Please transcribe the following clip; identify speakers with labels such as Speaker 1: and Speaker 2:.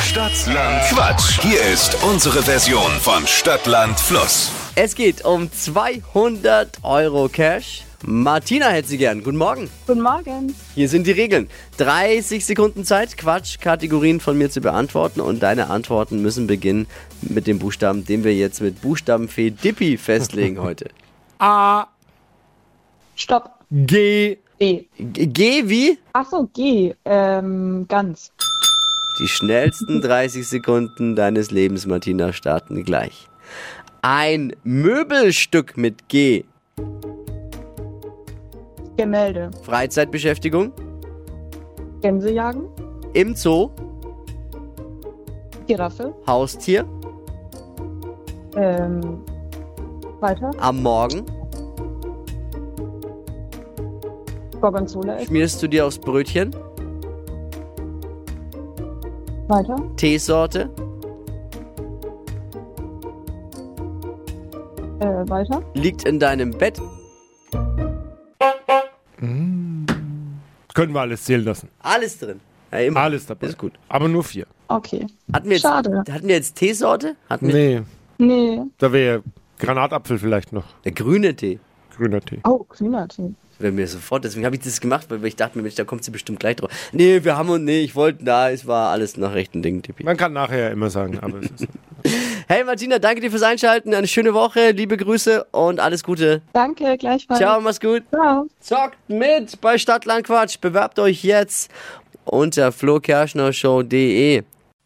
Speaker 1: Stadtland Quatsch. Hier ist unsere Version von Stadtland Fluss.
Speaker 2: Es geht um 200 Euro Cash. Martina hätte sie gern. Guten Morgen.
Speaker 3: Guten Morgen.
Speaker 2: Hier sind die Regeln. 30 Sekunden Zeit, Quatschkategorien von mir zu beantworten. Und deine Antworten müssen beginnen mit dem Buchstaben, den wir jetzt mit Buchstabenfee Dippy festlegen heute.
Speaker 4: A,
Speaker 3: Stopp.
Speaker 4: G,
Speaker 3: G.
Speaker 2: G- G wie?
Speaker 3: Achso, G. Ähm, ganz.
Speaker 2: Die schnellsten 30 Sekunden deines Lebens, Martina, starten gleich. Ein Möbelstück mit G.
Speaker 3: Gemälde.
Speaker 2: Freizeitbeschäftigung.
Speaker 3: Gänse jagen.
Speaker 2: Im Zoo.
Speaker 3: Giraffe.
Speaker 2: Haustier.
Speaker 3: Ähm, weiter.
Speaker 2: Am Morgen.
Speaker 3: Gorgonzola essen.
Speaker 2: Schmierst du dir aufs Brötchen.
Speaker 3: Weiter.
Speaker 2: Teesorte.
Speaker 3: Äh, weiter.
Speaker 2: Liegt in deinem Bett.
Speaker 4: können wir alles zählen lassen.
Speaker 2: Alles drin. Ja, immer.
Speaker 4: Alles dabei.
Speaker 2: Ist gut.
Speaker 4: Aber nur vier.
Speaker 3: Okay.
Speaker 2: Hatten wir jetzt,
Speaker 3: Schade.
Speaker 2: Hatten wir jetzt Teesorte? Hatten wir
Speaker 4: Nee,
Speaker 3: Nee.
Speaker 4: da wäre Granatapfel vielleicht noch.
Speaker 2: der grüne Tee.
Speaker 4: Grüner Tee.
Speaker 3: Oh, grüner Tee.
Speaker 2: Wenn mir sofort, deswegen habe ich das gemacht, weil ich dachte mir, Mensch, da kommt sie bestimmt gleich drauf. Nee, wir haben uns, nee, ich wollte, na, es war alles nach rechten Dingen, Tippi.
Speaker 4: Man kann nachher immer sagen, aber es ist.
Speaker 2: Hey Martina, danke dir fürs Einschalten, eine schöne Woche, liebe Grüße und alles Gute.
Speaker 3: Danke, gleichfalls.
Speaker 2: Ciao, mach's gut.
Speaker 3: Ciao.
Speaker 2: Zockt mit bei Stadtland Quatsch, bewerbt euch jetzt unter flokerschnershow.de.